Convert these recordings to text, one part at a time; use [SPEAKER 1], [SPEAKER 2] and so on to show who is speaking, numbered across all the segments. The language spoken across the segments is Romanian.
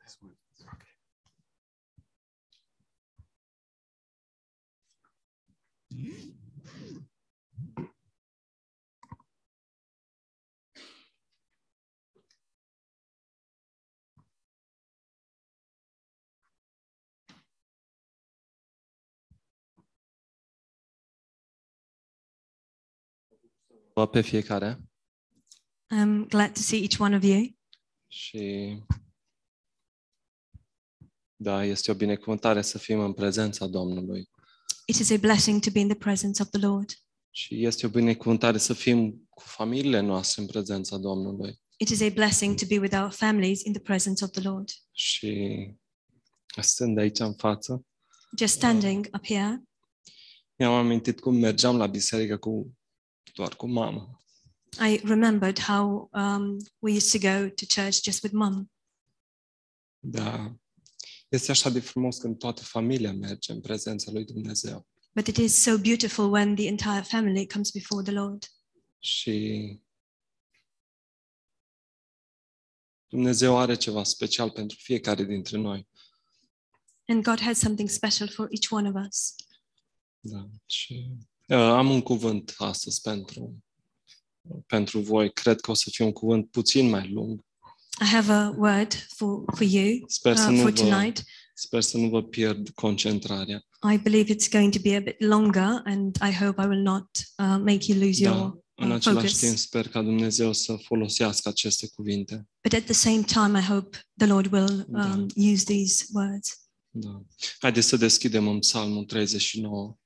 [SPEAKER 1] next one.
[SPEAKER 2] Mă pe fiecare
[SPEAKER 3] I'm glad to see each one of you.
[SPEAKER 2] și da, este o binecuvântare să fim în prezența Domnului
[SPEAKER 3] It is a blessing to be in the presence of the Lord.
[SPEAKER 2] și este o binecuvântare să fim cu familiile noastre în prezența Domnului
[SPEAKER 3] It is a blessing to be with our families in the presence of the Lord.
[SPEAKER 2] și stând aici în față,
[SPEAKER 3] Just standing up here,
[SPEAKER 2] mi-am amintit cum mergeam la biserică cu doar cu mama.
[SPEAKER 3] I remembered how um, we used to go to church just with mum.
[SPEAKER 2] Da. Este așa de frumos când toată familia merge în prezența lui Dumnezeu.
[SPEAKER 3] But it is so beautiful when the entire family comes before the Lord.
[SPEAKER 2] Și Dumnezeu are ceva special pentru fiecare dintre noi.
[SPEAKER 3] And God has something special for each one of us.
[SPEAKER 2] Da. Și uh, am un cuvânt astăzi pentru, pentru voi. Cred că o să fie un cuvânt puțin mai lung.
[SPEAKER 3] I have a word for, for you
[SPEAKER 2] Sper să,
[SPEAKER 3] uh,
[SPEAKER 2] nu
[SPEAKER 3] for
[SPEAKER 2] vă,
[SPEAKER 3] tonight.
[SPEAKER 2] sper să nu vă pierd concentrarea.
[SPEAKER 3] I believe it's going to be a bit longer, and I hope I will not uh, make you lose
[SPEAKER 2] Da,
[SPEAKER 3] your.
[SPEAKER 2] în
[SPEAKER 3] uh,
[SPEAKER 2] același
[SPEAKER 3] focus.
[SPEAKER 2] timp sper ca Dumnezeu să folosească aceste cuvinte.
[SPEAKER 3] But at the same time, I hope the Lord will
[SPEAKER 2] Da.
[SPEAKER 3] um, use these words.
[SPEAKER 2] Da. Haideți să deschidem în Psalmul 39,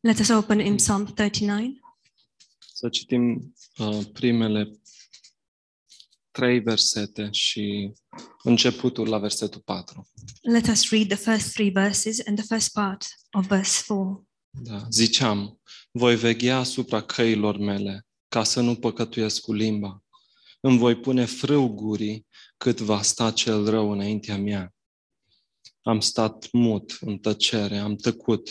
[SPEAKER 3] Let us open in Psalm 39.
[SPEAKER 2] să citim uh, primele trei versete și începutul la versetul 4.
[SPEAKER 3] Let us read the first three verses and the first part of verse 4.
[SPEAKER 2] Da. Ziceam, voi veghea asupra căilor mele, ca să nu păcătuiesc cu limba. Îmi voi pune frâu gurii cât va sta cel rău înaintea mea. Am stat mut, în tăcere, am tăcut,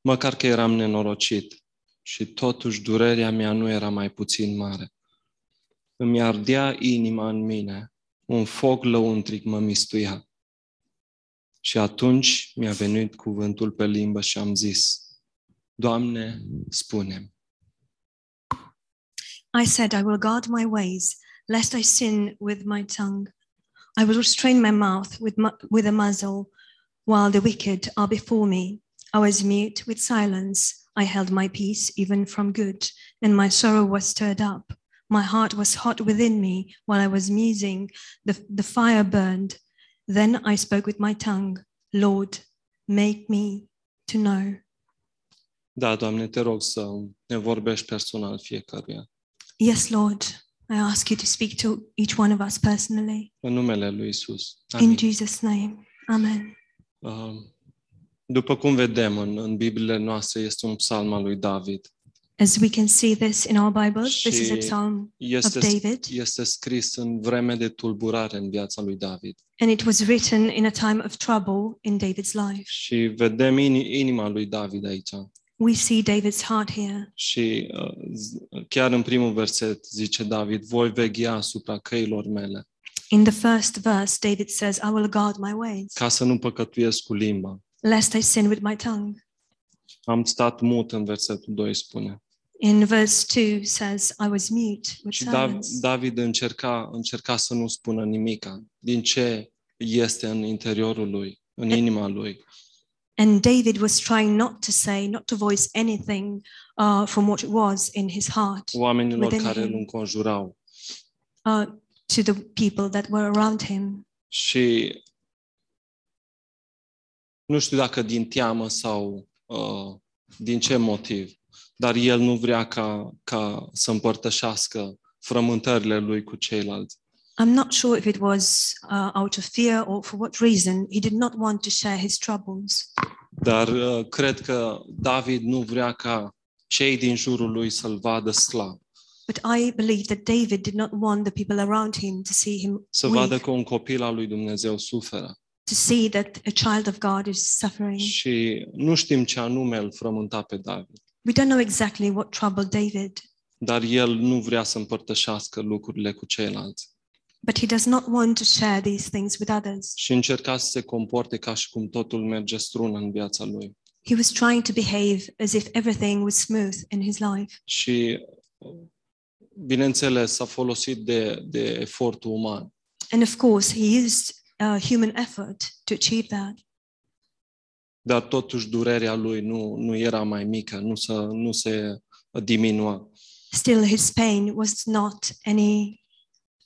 [SPEAKER 2] măcar că eram nenorocit și totuși durerea mea nu era mai puțin mare. Îmi ardea inima în mine, un foc lăuntric mă mistuia. Și atunci mi-a venit cuvântul pe limbă și am zis, Doamne, spune
[SPEAKER 3] I said, I will guard my ways, lest I sin with my tongue. I will restrain my mouth with, mu- with a muzzle, while the wicked are before me. I was mute with silence. I held my peace even from good, and my sorrow was stirred up. My heart was hot within me while I was musing. The, the fire burned. Then I spoke with my tongue, Lord, make me to know.
[SPEAKER 2] Da, Doamne, te rog să ne vorbești personal fiecăruia.
[SPEAKER 3] Yes, Lord, I ask you to speak to each one of us personally.
[SPEAKER 2] În numele lui Isus.
[SPEAKER 3] In
[SPEAKER 2] Amin.
[SPEAKER 3] Jesus' name. Amen.
[SPEAKER 2] Uh, După cum vedem în, în Bibliile noastre, este un psalm al lui David.
[SPEAKER 3] As we can see this in our Bibles, this is a
[SPEAKER 2] Și-
[SPEAKER 3] psalm of
[SPEAKER 2] Este,
[SPEAKER 3] David,
[SPEAKER 2] este scris în vreme de tulburare în viața lui David.
[SPEAKER 3] and it was written in a time of trouble in David's life.
[SPEAKER 2] Și vedem in, inima lui David aici.
[SPEAKER 3] We see David's heart here.
[SPEAKER 2] Și uh, z- chiar în primul verset zice David, voi veghea asupra căilor mele,
[SPEAKER 3] In the first verse, David says, I will guard my ways,
[SPEAKER 2] ca să nu păcătuiesc cu limba.
[SPEAKER 3] lest I sin with my tongue.
[SPEAKER 2] Am stat mut în versetul 2, spune.
[SPEAKER 3] In verse 2 says, I was mute with
[SPEAKER 2] Și Dav-
[SPEAKER 3] silence.
[SPEAKER 2] David încerca, încerca să nu spună nimica din ce este în interiorul lui, în inima lui.
[SPEAKER 3] And David was trying not to say, not to voice anything uh, from what was in his heart
[SPEAKER 2] Oamenilor
[SPEAKER 3] Within
[SPEAKER 2] care
[SPEAKER 3] him.
[SPEAKER 2] îl înconjurau.
[SPEAKER 3] uh, to the people that were around him.
[SPEAKER 2] Și nu știu dacă din teamă sau uh, din ce motiv, dar el nu vrea ca, ca să împărtășească frământările lui cu ceilalți.
[SPEAKER 3] I'm not sure if it was uh, out of fear or for what reason. He did not want to share his troubles.
[SPEAKER 2] Dar uh, cred că David nu vrea ca cei din jurul lui să-l vadă slab.
[SPEAKER 3] But I believe that David did not want the people around him to see him
[SPEAKER 2] Să
[SPEAKER 3] weak,
[SPEAKER 2] vadă că un copil al lui Dumnezeu suferă.
[SPEAKER 3] to see that a child of God is suffering.
[SPEAKER 2] Și nu știm ce anume îl frământa pe David,
[SPEAKER 3] We don't know exactly what troubled David,
[SPEAKER 2] dar el nu vrea să împărtășească lucrurile cu ceilalți.
[SPEAKER 3] but he does not want to share these things with others.
[SPEAKER 2] și încerca să se comporte ca și cum totul merge strună în viața lui.
[SPEAKER 3] He was trying to behave as if everything was smooth in his life.
[SPEAKER 2] Și, bineînțeles, s-a folosit de, de efortul uman.
[SPEAKER 3] And of course, he used uh, human effort to achieve that.
[SPEAKER 2] dar totuși durerea lui nu, nu era mai mică, nu se, nu se diminua.
[SPEAKER 3] Still, his pain was not any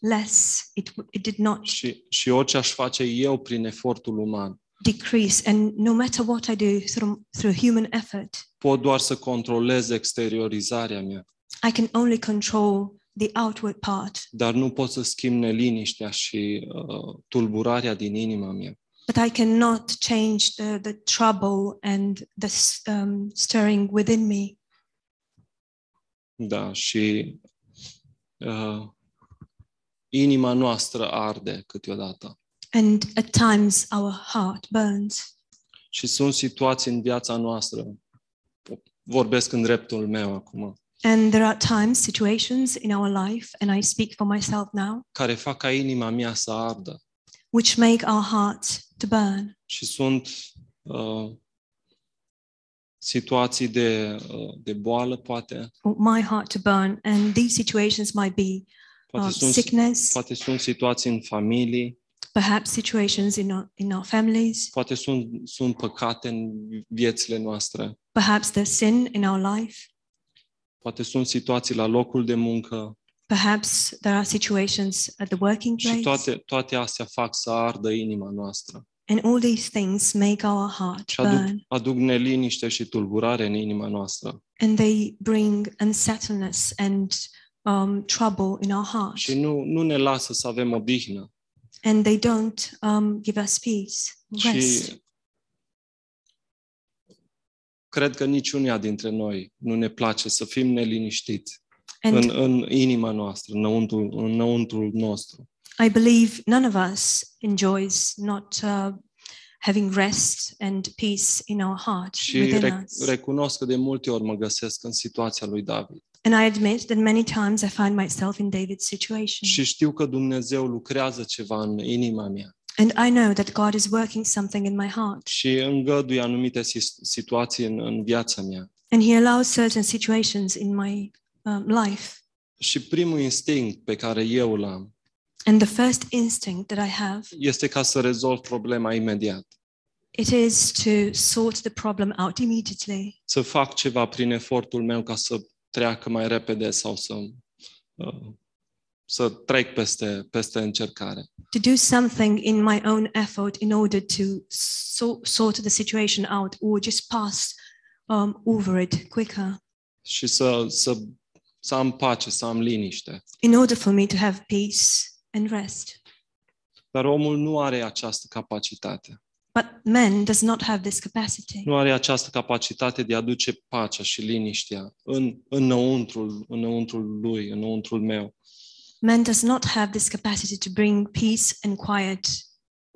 [SPEAKER 3] less. It, it did not
[SPEAKER 2] Și, și orice aș face eu prin efortul uman,
[SPEAKER 3] decrease. And no matter what I do through, through human effort,
[SPEAKER 2] pot doar să controlez exteriorizarea mea,
[SPEAKER 3] I can only control the outward part,
[SPEAKER 2] dar nu pot să schimb neliniștea și uh, tulburarea din inima mea.
[SPEAKER 3] but I cannot change the, the trouble and the s- um, stirring within me.
[SPEAKER 2] Da, și uh, inima noastră arde câteodată.
[SPEAKER 3] And at times our heart burns.
[SPEAKER 2] Și sunt situații în viața noastră, vorbesc în dreptul meu acum,
[SPEAKER 3] And there are times, situations in our life, and I speak for myself now,
[SPEAKER 2] care fac ca inima mea să ardă.
[SPEAKER 3] which make our hearts to burn.
[SPEAKER 2] și sunt uh, situații de, uh, de boală, poate,
[SPEAKER 3] Or my heart to burn. And these situations might be
[SPEAKER 2] poate,
[SPEAKER 3] uh,
[SPEAKER 2] sunt,
[SPEAKER 3] sickness,
[SPEAKER 2] poate sunt situații în familii,
[SPEAKER 3] perhaps situations in our, in our families,
[SPEAKER 2] poate sunt, sunt păcate în viețile noastre,
[SPEAKER 3] perhaps there's sin in our life,
[SPEAKER 2] poate sunt situații la locul de muncă
[SPEAKER 3] perhaps there are situations at the working
[SPEAKER 2] și
[SPEAKER 3] place.
[SPEAKER 2] toate, toate astea fac să ardă inima noastră
[SPEAKER 3] And all these things make our heart
[SPEAKER 2] și aduc,
[SPEAKER 3] burn.
[SPEAKER 2] aduc neliniște și tulburare în inima noastră.
[SPEAKER 3] And they bring unsettledness and um, trouble in our heart.
[SPEAKER 2] Și nu, nu ne lasă să avem odihnă.
[SPEAKER 3] and they don't um, give us peace, rest.
[SPEAKER 2] Și cred că niciunia dintre noi nu ne place să fim neliniștiți.
[SPEAKER 3] and
[SPEAKER 2] în, în inima noastră, înăuntru, înăuntrul nostru.
[SPEAKER 3] I believe none of us enjoys not uh, having rest and peace in our heart
[SPEAKER 2] Și
[SPEAKER 3] within
[SPEAKER 2] rec-
[SPEAKER 3] us.
[SPEAKER 2] recunosc că de multe ori mă găsesc în situația lui David.
[SPEAKER 3] and I admit that many times I find myself in David's situation.
[SPEAKER 2] Și știu că Dumnezeu lucrează ceva în inima mea
[SPEAKER 3] and I know that God is working something in my heart.
[SPEAKER 2] și îngăduie anumite sis- situații în, în viața mea.
[SPEAKER 3] And He allows certain situations in my um, life.
[SPEAKER 2] Și primul instinct pe care eu îl am
[SPEAKER 3] And the first instinct that I have,
[SPEAKER 2] este ca să rezolv problema imediat,
[SPEAKER 3] it is to sort the problem out immediately,
[SPEAKER 2] să fac ceva prin efortul meu ca să treacă mai repede sau să, uh, să trec peste, peste încercare.
[SPEAKER 3] to do something in my own effort in order to so- sort the situation out or just pass um, over it quicker
[SPEAKER 2] și să, să, să am pace, să am liniște.
[SPEAKER 3] in order for me to have peace and rest.
[SPEAKER 2] Dar omul nu are această capacitate.
[SPEAKER 3] But man does not have this capacity.
[SPEAKER 2] Nu are această capacitate de a aduce pacea și liniștea în, înăuntrul, înăuntrul lui, înăuntrul meu.
[SPEAKER 3] Man does not have this capacity to bring peace and quiet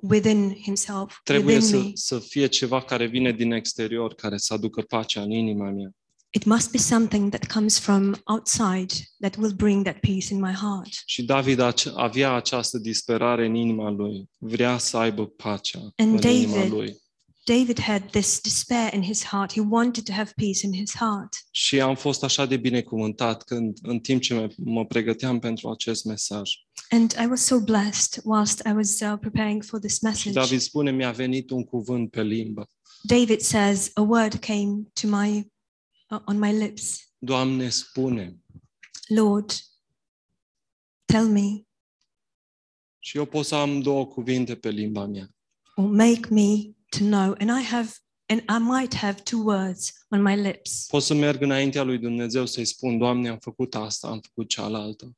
[SPEAKER 3] within himself,
[SPEAKER 2] Trebuie
[SPEAKER 3] within
[SPEAKER 2] să,
[SPEAKER 3] me.
[SPEAKER 2] să fie ceva care vine din exterior, care să aducă pacea în inima mea.
[SPEAKER 3] It must be something that comes from outside that will bring that peace in my heart.
[SPEAKER 2] Și David ace- avea această disperare în inima lui. Vrea să aibă pacea în
[SPEAKER 3] And
[SPEAKER 2] inima
[SPEAKER 3] David-
[SPEAKER 2] lui.
[SPEAKER 3] David had this despair in his heart. He wanted to have peace in his heart.
[SPEAKER 2] Și am fost așa de binecuvântat când, în timp ce mă- mă pregăteam pentru acest mesaj.
[SPEAKER 3] And I was so blessed whilst I was uh, preparing for this
[SPEAKER 2] Și
[SPEAKER 3] message.
[SPEAKER 2] David spune, mi-a venit un cuvânt pe limbă.
[SPEAKER 3] David says, A word came to my uh, on my lips.
[SPEAKER 2] Doamne, spune.
[SPEAKER 3] Lord, tell me
[SPEAKER 2] Și eu pot să am două cuvinte pe limba mea.
[SPEAKER 3] or make me to know. And I have and I might have two words on my lips.
[SPEAKER 2] Pot să merg înaintea lui Dumnezeu să-i spun, Doamne, am făcut asta, am făcut cealaltă.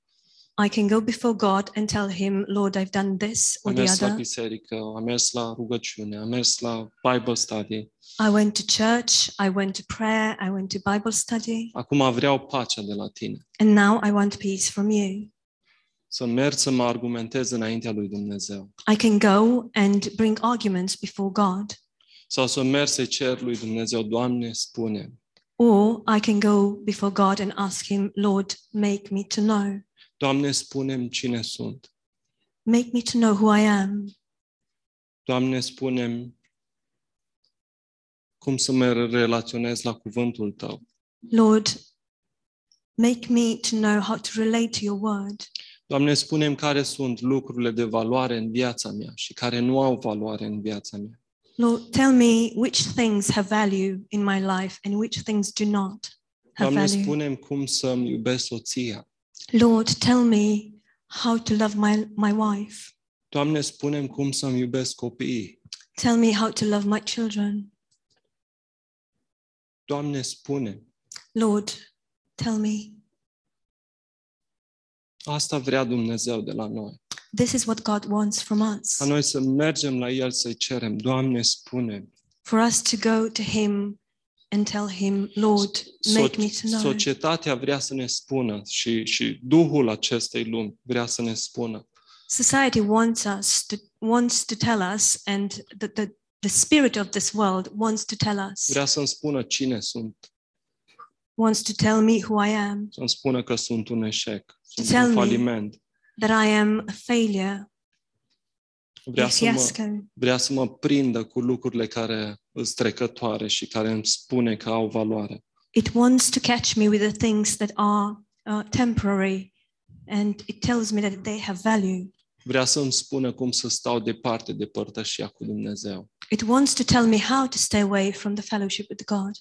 [SPEAKER 3] I can go before God and tell him, Lord, I've done this or
[SPEAKER 2] Am
[SPEAKER 3] the
[SPEAKER 2] mers la
[SPEAKER 3] other.
[SPEAKER 2] biserică, am mers la rugăciune, am mers la Bible study.
[SPEAKER 3] I went to church, I went to prayer, I went to Bible study,
[SPEAKER 2] Acum vreau pacea de la tine.
[SPEAKER 3] and now I want peace from you.
[SPEAKER 2] Să merg să mă argumentez înaintea lui Dumnezeu.
[SPEAKER 3] I can go and bring arguments before God,
[SPEAKER 2] Sau să merg să-i cer lui Dumnezeu, Doamne, spune.
[SPEAKER 3] or I can go before God and ask Him, Lord, make me to know.
[SPEAKER 2] Doamne, spune cine sunt.
[SPEAKER 3] Make me to know who I am.
[SPEAKER 2] Doamne, spunem cum să mă relaționez la cuvântul Tău.
[SPEAKER 3] Lord, make me to know how to relate to your word.
[SPEAKER 2] Doamne, spunem care sunt lucrurile de valoare în viața mea și care nu au valoare în viața mea.
[SPEAKER 3] Lord, tell me which things have value in my life and which things do not have
[SPEAKER 2] Doamne,
[SPEAKER 3] value.
[SPEAKER 2] spunem cum să-mi iubesc soția.
[SPEAKER 3] Lord, tell me how to love my, my wife.
[SPEAKER 2] Doamne, spunem cum să-mi iubesc copiii.
[SPEAKER 3] Tell me how to love my children.
[SPEAKER 2] Doamne, spune.
[SPEAKER 3] Lord, tell me.
[SPEAKER 2] Asta vrea Dumnezeu de la noi.
[SPEAKER 3] This is what God wants from us.
[SPEAKER 2] Ca noi să mergem la El să-i cerem. Doamne, spune.
[SPEAKER 3] For us to go to Him and tell Him, Lord, make me to know.
[SPEAKER 2] societatea vrea să ne spună și, și Duhul acestei lumi vrea să ne spună.
[SPEAKER 3] Society wants us to wants to tell us, and the, the, the spirit of this world wants to tell us,
[SPEAKER 2] Vrea să-mi spună cine sunt.
[SPEAKER 3] wants to tell me who I am,
[SPEAKER 2] Să-mi spună că sunt un eșec. Sunt
[SPEAKER 3] Tell
[SPEAKER 2] un
[SPEAKER 3] me.
[SPEAKER 2] faliment.
[SPEAKER 3] that I am a failure,
[SPEAKER 2] Vrea
[SPEAKER 3] a
[SPEAKER 2] să mă,
[SPEAKER 3] fiasco.
[SPEAKER 2] vrea să mă prindă cu lucrurile care îs trecătoare și care îmi spune că au valoare.
[SPEAKER 3] It wants to catch me with the things that are uh, temporary, and it tells me that they have value.
[SPEAKER 2] Vrea să îmi spună cum să stau departe de părtășia cu Dumnezeu.
[SPEAKER 3] It wants to tell me how to stay away from the fellowship with God,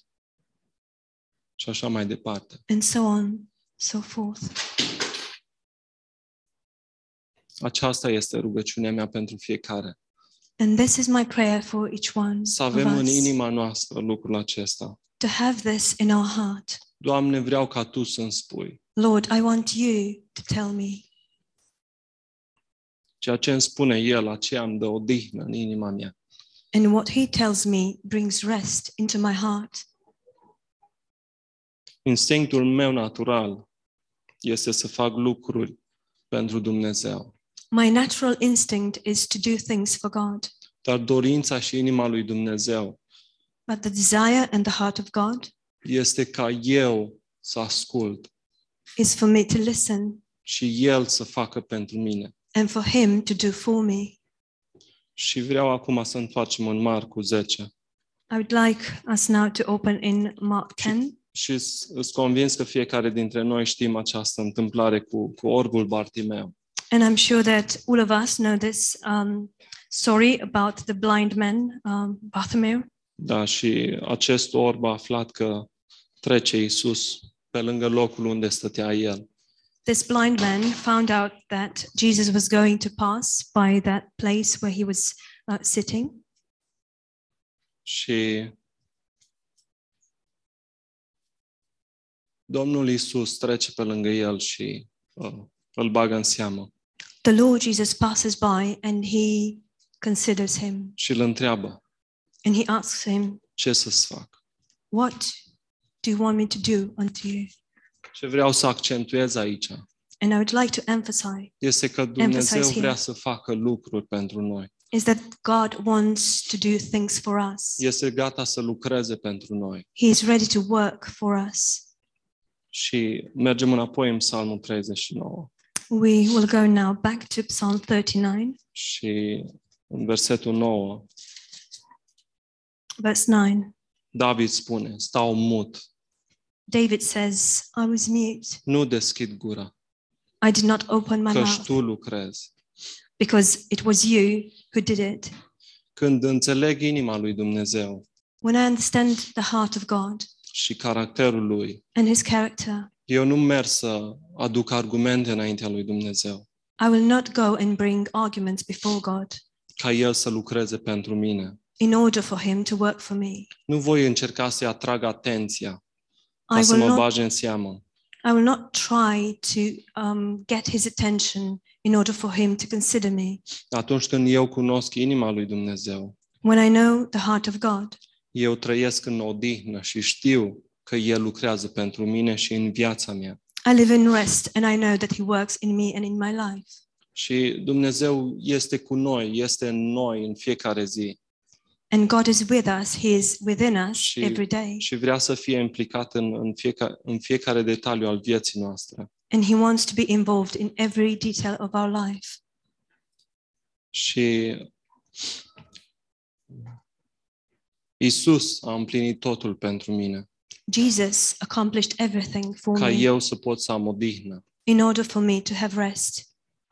[SPEAKER 2] Și așa mai departe.
[SPEAKER 3] and so on, so forth.
[SPEAKER 2] Aceasta este rugăciunea mea pentru fiecare.
[SPEAKER 3] And this is my prayer for each one
[SPEAKER 2] Să
[SPEAKER 3] of
[SPEAKER 2] avem în
[SPEAKER 3] us,
[SPEAKER 2] inima noastră lucrul acesta.
[SPEAKER 3] to have this in our heart.
[SPEAKER 2] Doamne, vreau ca Tu să-mi spui.
[SPEAKER 3] Lord, I want you to tell me
[SPEAKER 2] Ceea ce îmi spune El, aceea îmi dă odihnă în inima mea.
[SPEAKER 3] And what he tells me brings rest into my heart.
[SPEAKER 2] Instinctul meu natural este să fac lucruri pentru Dumnezeu.
[SPEAKER 3] My natural instinct is to do things for God,
[SPEAKER 2] Dar dorința și inima lui Dumnezeu
[SPEAKER 3] but the desire and the heart of God
[SPEAKER 2] este ca eu să ascult
[SPEAKER 3] is for me to listen
[SPEAKER 2] și El să facă pentru mine.
[SPEAKER 3] and for him to do for me.
[SPEAKER 2] Și vreau acum să întoarcem în Marcu 10.
[SPEAKER 3] I would like us now to open in Mark 10.
[SPEAKER 2] Și sunt convins că fiecare dintre noi știm această întâmplare cu, cu orbul Bartimeu.
[SPEAKER 3] And I'm sure that all of us know this um, story about the blind man, um, Bartholomew.
[SPEAKER 2] Da, și acest orb a aflat că trece Iisus pe lângă locul unde stătea el.
[SPEAKER 3] This blind man found out that Jesus was going to pass by that place where he was uh, sitting.
[SPEAKER 2] Și Domnul Iisus trece pe lângă el și uh, îl bagă în seamă
[SPEAKER 3] the Lord Jesus passes by and he considers him
[SPEAKER 2] și îl întreabă
[SPEAKER 3] and he asks him,
[SPEAKER 2] ce să-ți fac.
[SPEAKER 3] What do you want me to do unto you?
[SPEAKER 2] Ce vreau să accentuez aici
[SPEAKER 3] And I would like to emphasize
[SPEAKER 2] este că Dumnezeu
[SPEAKER 3] Emphasize here.
[SPEAKER 2] vrea să facă lucruri pentru noi.
[SPEAKER 3] is that God wants to do things for us.
[SPEAKER 2] Este gata să lucreze pentru noi.
[SPEAKER 3] He is ready to work for us.
[SPEAKER 2] Și mergem înapoi în Psalmul 39.
[SPEAKER 3] We will go now back to Psalm 39,
[SPEAKER 2] Și în versetul 9,
[SPEAKER 3] verse 9.
[SPEAKER 2] David spune, stau mut,
[SPEAKER 3] David says, I was mute.
[SPEAKER 2] nu deschid gura,
[SPEAKER 3] I did not open my
[SPEAKER 2] căci
[SPEAKER 3] mouth
[SPEAKER 2] tu lucrezi.
[SPEAKER 3] because it was you who did it.
[SPEAKER 2] Când înțeleg inima lui Dumnezeu
[SPEAKER 3] When I understand the heart of God
[SPEAKER 2] și caracterul lui,
[SPEAKER 3] and his character,
[SPEAKER 2] eu nu merg să aduc argumente înaintea lui Dumnezeu
[SPEAKER 3] I will not go and bring arguments before God
[SPEAKER 2] ca el să lucreze pentru mine.
[SPEAKER 3] in order for him to work for me.
[SPEAKER 2] Nu voi încerca să-i atrag atenția ca
[SPEAKER 3] I
[SPEAKER 2] să
[SPEAKER 3] will
[SPEAKER 2] mă
[SPEAKER 3] not,
[SPEAKER 2] bage în seamă.
[SPEAKER 3] I will not try to um, get his attention in order for him to consider me.
[SPEAKER 2] Atunci când eu cunosc inima lui Dumnezeu,
[SPEAKER 3] When I know the heart of God,
[SPEAKER 2] eu trăiesc în odihnă și știu că El lucrează pentru mine și în viața mea.
[SPEAKER 3] I live in rest and I know that he works in me and in my life.
[SPEAKER 2] Și Dumnezeu este cu noi, este în noi în fiecare zi
[SPEAKER 3] And God is with us, he is within us
[SPEAKER 2] She-
[SPEAKER 3] every day.
[SPEAKER 2] și vrea să fie implicat în, în, fiecare, în fiecare detaliu al vieții noastre.
[SPEAKER 3] And he wants to be involved in every detail of our life.
[SPEAKER 2] Și Isus a împlinit totul pentru mine,
[SPEAKER 3] Jesus accomplished everything for
[SPEAKER 2] ca
[SPEAKER 3] me
[SPEAKER 2] eu să pot să am odihnă.
[SPEAKER 3] in order for me to have rest.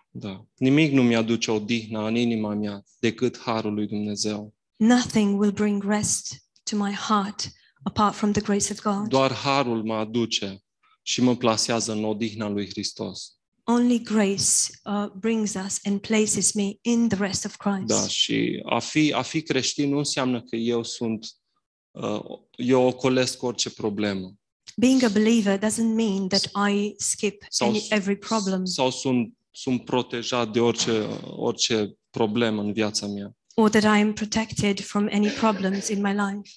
[SPEAKER 2] Da. Nimic nu mi-aduce odihna în inima mea decât harul lui Dumnezeu.
[SPEAKER 3] Nothing will bring rest to my heart apart from the grace of God.
[SPEAKER 2] Doar harul mă aduce și mă plasează în odihna lui Hristos.
[SPEAKER 3] Only grace uh, brings us and places me in the rest of
[SPEAKER 2] Da,
[SPEAKER 3] Christ.
[SPEAKER 2] și a fi, a fi creștin nu înseamnă că eu sunt, uh, eu ocolesc orice problemă
[SPEAKER 3] Being a believer doesn't mean that I skip
[SPEAKER 2] Sau-
[SPEAKER 3] any, every problem
[SPEAKER 2] sau sunt, sunt protejat de orice, orice problemă în viața mea.
[SPEAKER 3] or that I am protected from any problems in my life.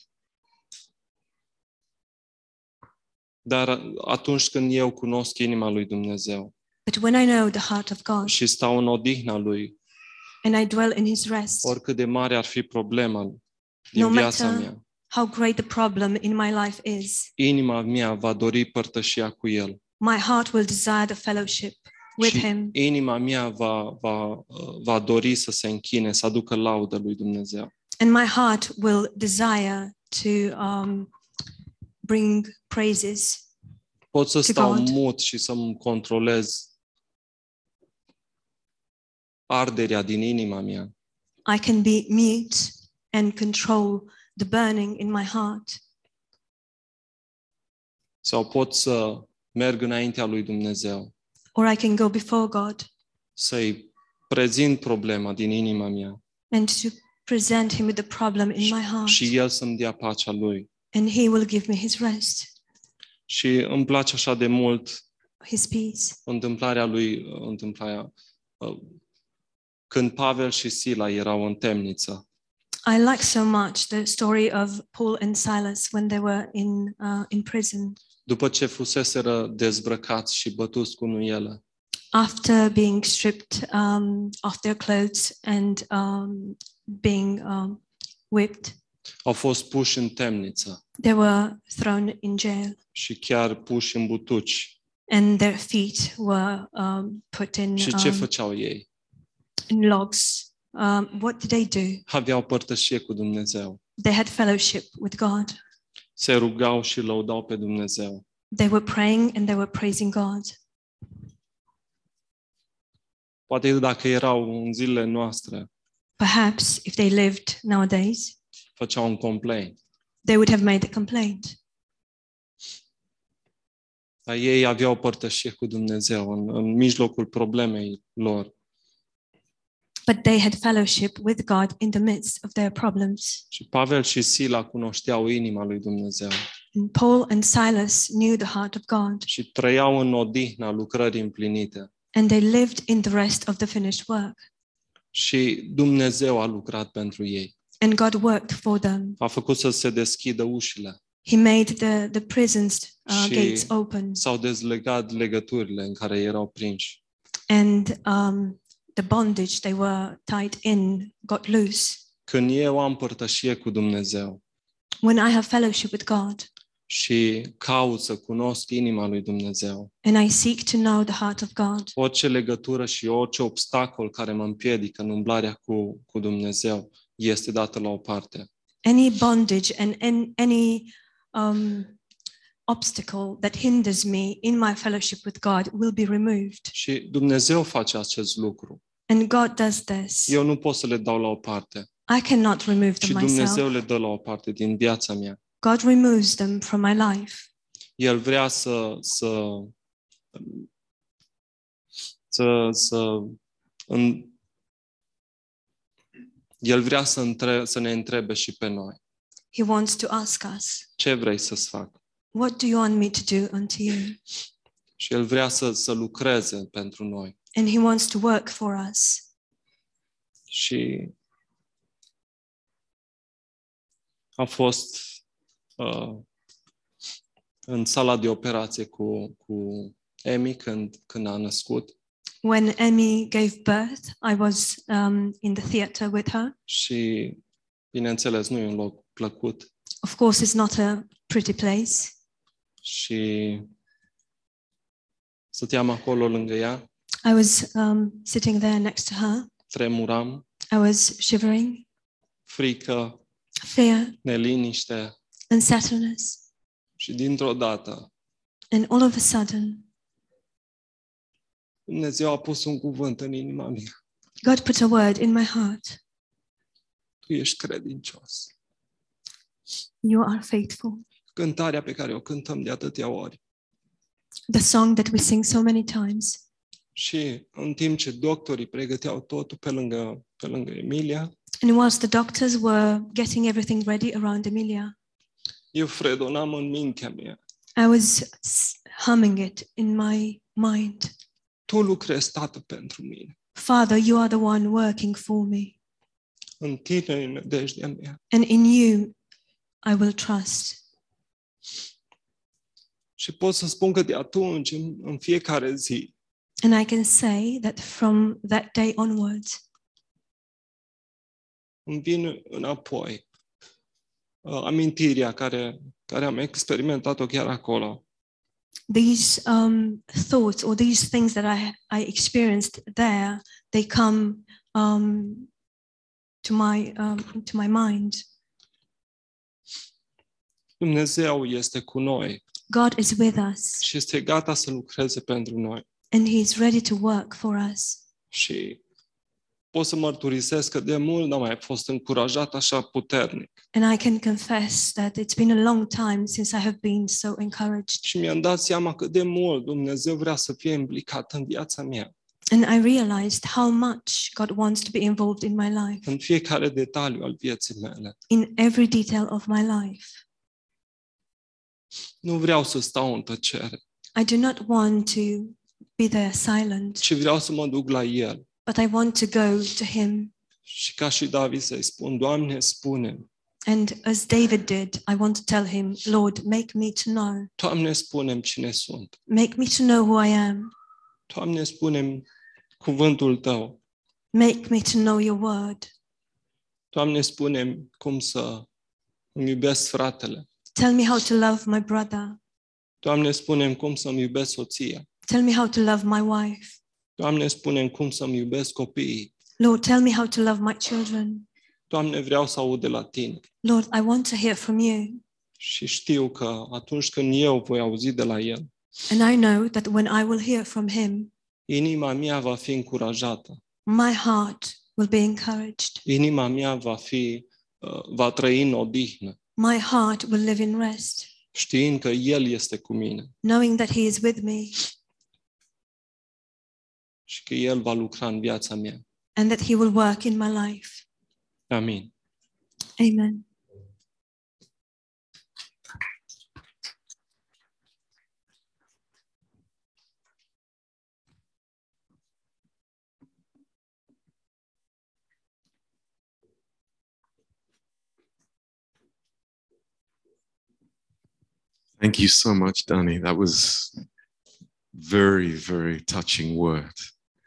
[SPEAKER 2] Dar atunci când eu cunosc inima lui Dumnezeu
[SPEAKER 3] But when I know the heart of God
[SPEAKER 2] și stau în odihna lui,
[SPEAKER 3] and I dwell in his rest,
[SPEAKER 2] oricât de mare ar fi problema din
[SPEAKER 3] No
[SPEAKER 2] viața
[SPEAKER 3] matter-
[SPEAKER 2] mea,
[SPEAKER 3] how great the problem in my life is,
[SPEAKER 2] inima mea va dori părtășia cu el.
[SPEAKER 3] my heart will desire the fellowship with
[SPEAKER 2] și
[SPEAKER 3] him.
[SPEAKER 2] inima mea va, va, va dori să se închine, să aducă laudă lui Dumnezeu.
[SPEAKER 3] And my heart will desire to um, bring praises.
[SPEAKER 2] Pot să
[SPEAKER 3] To
[SPEAKER 2] stau
[SPEAKER 3] God.
[SPEAKER 2] mut și să-mi controlez arderea din inima mea
[SPEAKER 3] I can be mute and control the burning in my heart.
[SPEAKER 2] sau pot să merg înaintea lui Dumnezeu,
[SPEAKER 3] Or I can go before God
[SPEAKER 2] să-i prezint problema din inima mea
[SPEAKER 3] and to present him with the problem in my heart.
[SPEAKER 2] și el să-mi dea pacea lui.
[SPEAKER 3] And he will give me his rest,
[SPEAKER 2] Și îmi place așa de mult
[SPEAKER 3] his peace.
[SPEAKER 2] întâmplarea lui, întâmplarea, uh, când Pavel și Sila erau în temniță
[SPEAKER 3] I like so much the story of Paul and Silas when they were in, uh, in prison.
[SPEAKER 2] după ce fuseseră dezbrăcați și bătuți cu nuiele.
[SPEAKER 3] after being stripped um, of their clothes and um, being um, whipped,
[SPEAKER 2] Au fost puși în temniță
[SPEAKER 3] they were thrown in jail
[SPEAKER 2] și chiar puși în butuci.
[SPEAKER 3] and their feet were um, put in,
[SPEAKER 2] Și ce
[SPEAKER 3] um,
[SPEAKER 2] făceau ei?
[SPEAKER 3] in logs. Um, what did they do?
[SPEAKER 2] Aveau părtășie cu Dumnezeu.
[SPEAKER 3] They had fellowship with God.
[SPEAKER 2] Se rugau și lăudau pe Dumnezeu.
[SPEAKER 3] They were praying and they were praising God.
[SPEAKER 2] Poate dacă erau în zilele noastre,
[SPEAKER 3] Perhaps if they lived nowadays,
[SPEAKER 2] făceau un complaint.
[SPEAKER 3] they would have made a complaint.
[SPEAKER 2] Dar ei aveau părtășie cu Dumnezeu în, în mijlocul problemei lor.
[SPEAKER 3] But they had fellowship with God in the midst of their problems.
[SPEAKER 2] Și Pavel și Sila cunoșteau inima lui Dumnezeu.
[SPEAKER 3] And Paul and Silas knew the heart of God.
[SPEAKER 2] și trăiau în odihna lucrării împlinite.
[SPEAKER 3] and they lived in the rest of the finished work.
[SPEAKER 2] Și Dumnezeu a lucrat pentru ei.
[SPEAKER 3] And God worked for them.
[SPEAKER 2] A făcut să se deschidă ușile.
[SPEAKER 3] He made the, the prison's uh,
[SPEAKER 2] She-
[SPEAKER 3] gates open
[SPEAKER 2] S-au dezlegat legăturile în care erau prinși.
[SPEAKER 3] and um, the bondage they were tied in got loose.
[SPEAKER 2] Când eu am părtășie cu Dumnezeu
[SPEAKER 3] When I have fellowship with God
[SPEAKER 2] și caut să cunosc inima lui Dumnezeu,
[SPEAKER 3] and I seek to know the heart of God,
[SPEAKER 2] orice legătură și orice obstacol care mă împiedică în umblarea cu, cu Dumnezeu este dată la o parte.
[SPEAKER 3] any bondage and, and any um, obstacle that hinders me in my fellowship with God will be removed.
[SPEAKER 2] Și Dumnezeu face acest lucru.
[SPEAKER 3] And God does this.
[SPEAKER 2] Eu nu pot să le dau la o parte,
[SPEAKER 3] I cannot remove
[SPEAKER 2] ci
[SPEAKER 3] them
[SPEAKER 2] Dumnezeu
[SPEAKER 3] myself.
[SPEAKER 2] le dă la o parte din viața mea.
[SPEAKER 3] God removes them from my life.
[SPEAKER 2] El vrea să, să, să, să în, El vrea să, între, să ne întrebe și pe noi.
[SPEAKER 3] He wants to ask us,
[SPEAKER 2] Ce vrei să-ți fac?
[SPEAKER 3] What do you want me to do unto you?
[SPEAKER 2] Și El vrea să, să lucreze pentru noi.
[SPEAKER 3] And He wants to work for us.
[SPEAKER 2] Și a fost uh, în sala de operație cu, cu Emi când, când a născut
[SPEAKER 3] When Emmy gave birth, I was um, in the theater with her.
[SPEAKER 2] și, bineînțeles, nu e un loc plăcut.
[SPEAKER 3] Of course, it's not a pretty place.
[SPEAKER 2] și stăteam acolo lângă ea,
[SPEAKER 3] I was um, sitting there next to her.
[SPEAKER 2] tremuram,
[SPEAKER 3] I was shivering,
[SPEAKER 2] frică,
[SPEAKER 3] fear,
[SPEAKER 2] neliniște
[SPEAKER 3] unsettledness.
[SPEAKER 2] și dintr-o dată
[SPEAKER 3] And all of a sudden,
[SPEAKER 2] Dumnezeu a pus un cuvânt în inima mea.
[SPEAKER 3] God put a word in my heart
[SPEAKER 2] Tu ești credincios.
[SPEAKER 3] You are faithful.
[SPEAKER 2] Cântarea pe care o cântăm de atâtea ori.
[SPEAKER 3] The song that we sing so many times.
[SPEAKER 2] Și în timp ce doctorii pregăteau totul pe lângă, pe lângă Emilia,
[SPEAKER 3] And whilst the doctors were getting everything ready around Amelia,
[SPEAKER 2] eu fredonam în mintea mea.
[SPEAKER 3] I was s- humming it in my mind.
[SPEAKER 2] Tu lucrezi, Tată, pentru mine.
[SPEAKER 3] Father, you are the one working for me,
[SPEAKER 2] În tine e nădejdea mea.
[SPEAKER 3] and in you I will trust.
[SPEAKER 2] Și pot să spun că de atunci, în, în fiecare zi,
[SPEAKER 3] And I can say that from that day onwards,
[SPEAKER 2] îmi vin înapoi uh, amintirea care, care am experimentat-o chiar acolo.
[SPEAKER 3] these um, thoughts or these things that I, I experienced there, they come um, to, my, um, to my mind.
[SPEAKER 2] Dumnezeu este cu noi
[SPEAKER 3] God is with us
[SPEAKER 2] și este gata să lucreze pentru noi.
[SPEAKER 3] and He is ready to work for us.
[SPEAKER 2] Și pot să mărturisesc că de mult n-am mai fost încurajat așa puternic.
[SPEAKER 3] And I can confess that it's been a long time since I have been so encouraged.
[SPEAKER 2] Și mi-am dat seama că de mult Dumnezeu vrea să fie implicat în viața mea,
[SPEAKER 3] And I realized how much God wants to be involved in my life,
[SPEAKER 2] în fiecare detaliu al vieții mele.
[SPEAKER 3] in every detail of my life.
[SPEAKER 2] Nu vreau să stau în tăcere,
[SPEAKER 3] I do not want to be there silent,
[SPEAKER 2] ci vreau să mă duc la El.
[SPEAKER 3] but I want to go to Him.
[SPEAKER 2] Și ca și David să-i spun, Doamne, spune
[SPEAKER 3] And as David did, I want to tell Him, Lord, make me to know.
[SPEAKER 2] Doamne, spunem cine sunt.
[SPEAKER 3] Make me to know who I am.
[SPEAKER 2] Doamne, spunem cuvântul tău.
[SPEAKER 3] Make me to know your word.
[SPEAKER 2] Doamne, spunem cum să îmi iubesc fratele.
[SPEAKER 3] Tell me how to love my brother.
[SPEAKER 2] Doamne, spunem cum să-mi iubesc soția.
[SPEAKER 3] Tell me how to love my wife.
[SPEAKER 2] Doamne, spunem cum să-mi iubesc copiii.
[SPEAKER 3] Lord, tell me how to love my children.
[SPEAKER 2] Doamne, vreau să aud de la tine.
[SPEAKER 3] Lord, I want to hear from you.
[SPEAKER 2] Și știu că atunci când eu voi auzi de la el,
[SPEAKER 3] And I know that when I will hear from him,
[SPEAKER 2] inima mea va fi încurajată.
[SPEAKER 3] my heart will be encouraged.
[SPEAKER 2] Inima mea va fi uh, va trăi în odihnă,
[SPEAKER 3] My heart will live in rest,
[SPEAKER 2] știind că El este cu mine
[SPEAKER 3] knowing that he is with me
[SPEAKER 2] și că El va lucra în viața mea.
[SPEAKER 3] and that he will work in my life.
[SPEAKER 2] Amin.
[SPEAKER 3] Amen.
[SPEAKER 1] Thank you so much, Danny. That was very, very touching word.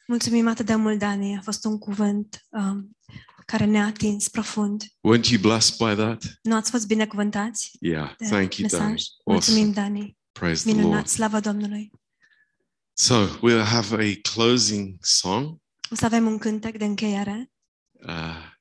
[SPEAKER 3] Mulțumim atât de mult, Dani. A fost un cuvânt um, care ne-a atins profund.
[SPEAKER 1] Weren't you blessed by that?
[SPEAKER 3] Nu ați fost binecuvântați
[SPEAKER 1] Yeah.
[SPEAKER 3] de
[SPEAKER 1] Thank you,
[SPEAKER 3] mesaj?
[SPEAKER 1] Danny.
[SPEAKER 3] Mulțumim,
[SPEAKER 1] Awesome.
[SPEAKER 3] Dani.
[SPEAKER 1] Praise the
[SPEAKER 3] Minunat,
[SPEAKER 1] Lord.
[SPEAKER 3] slavă Domnului.
[SPEAKER 1] So we'll have a closing song.
[SPEAKER 3] O să avem un cântec de încheiere
[SPEAKER 1] Uh,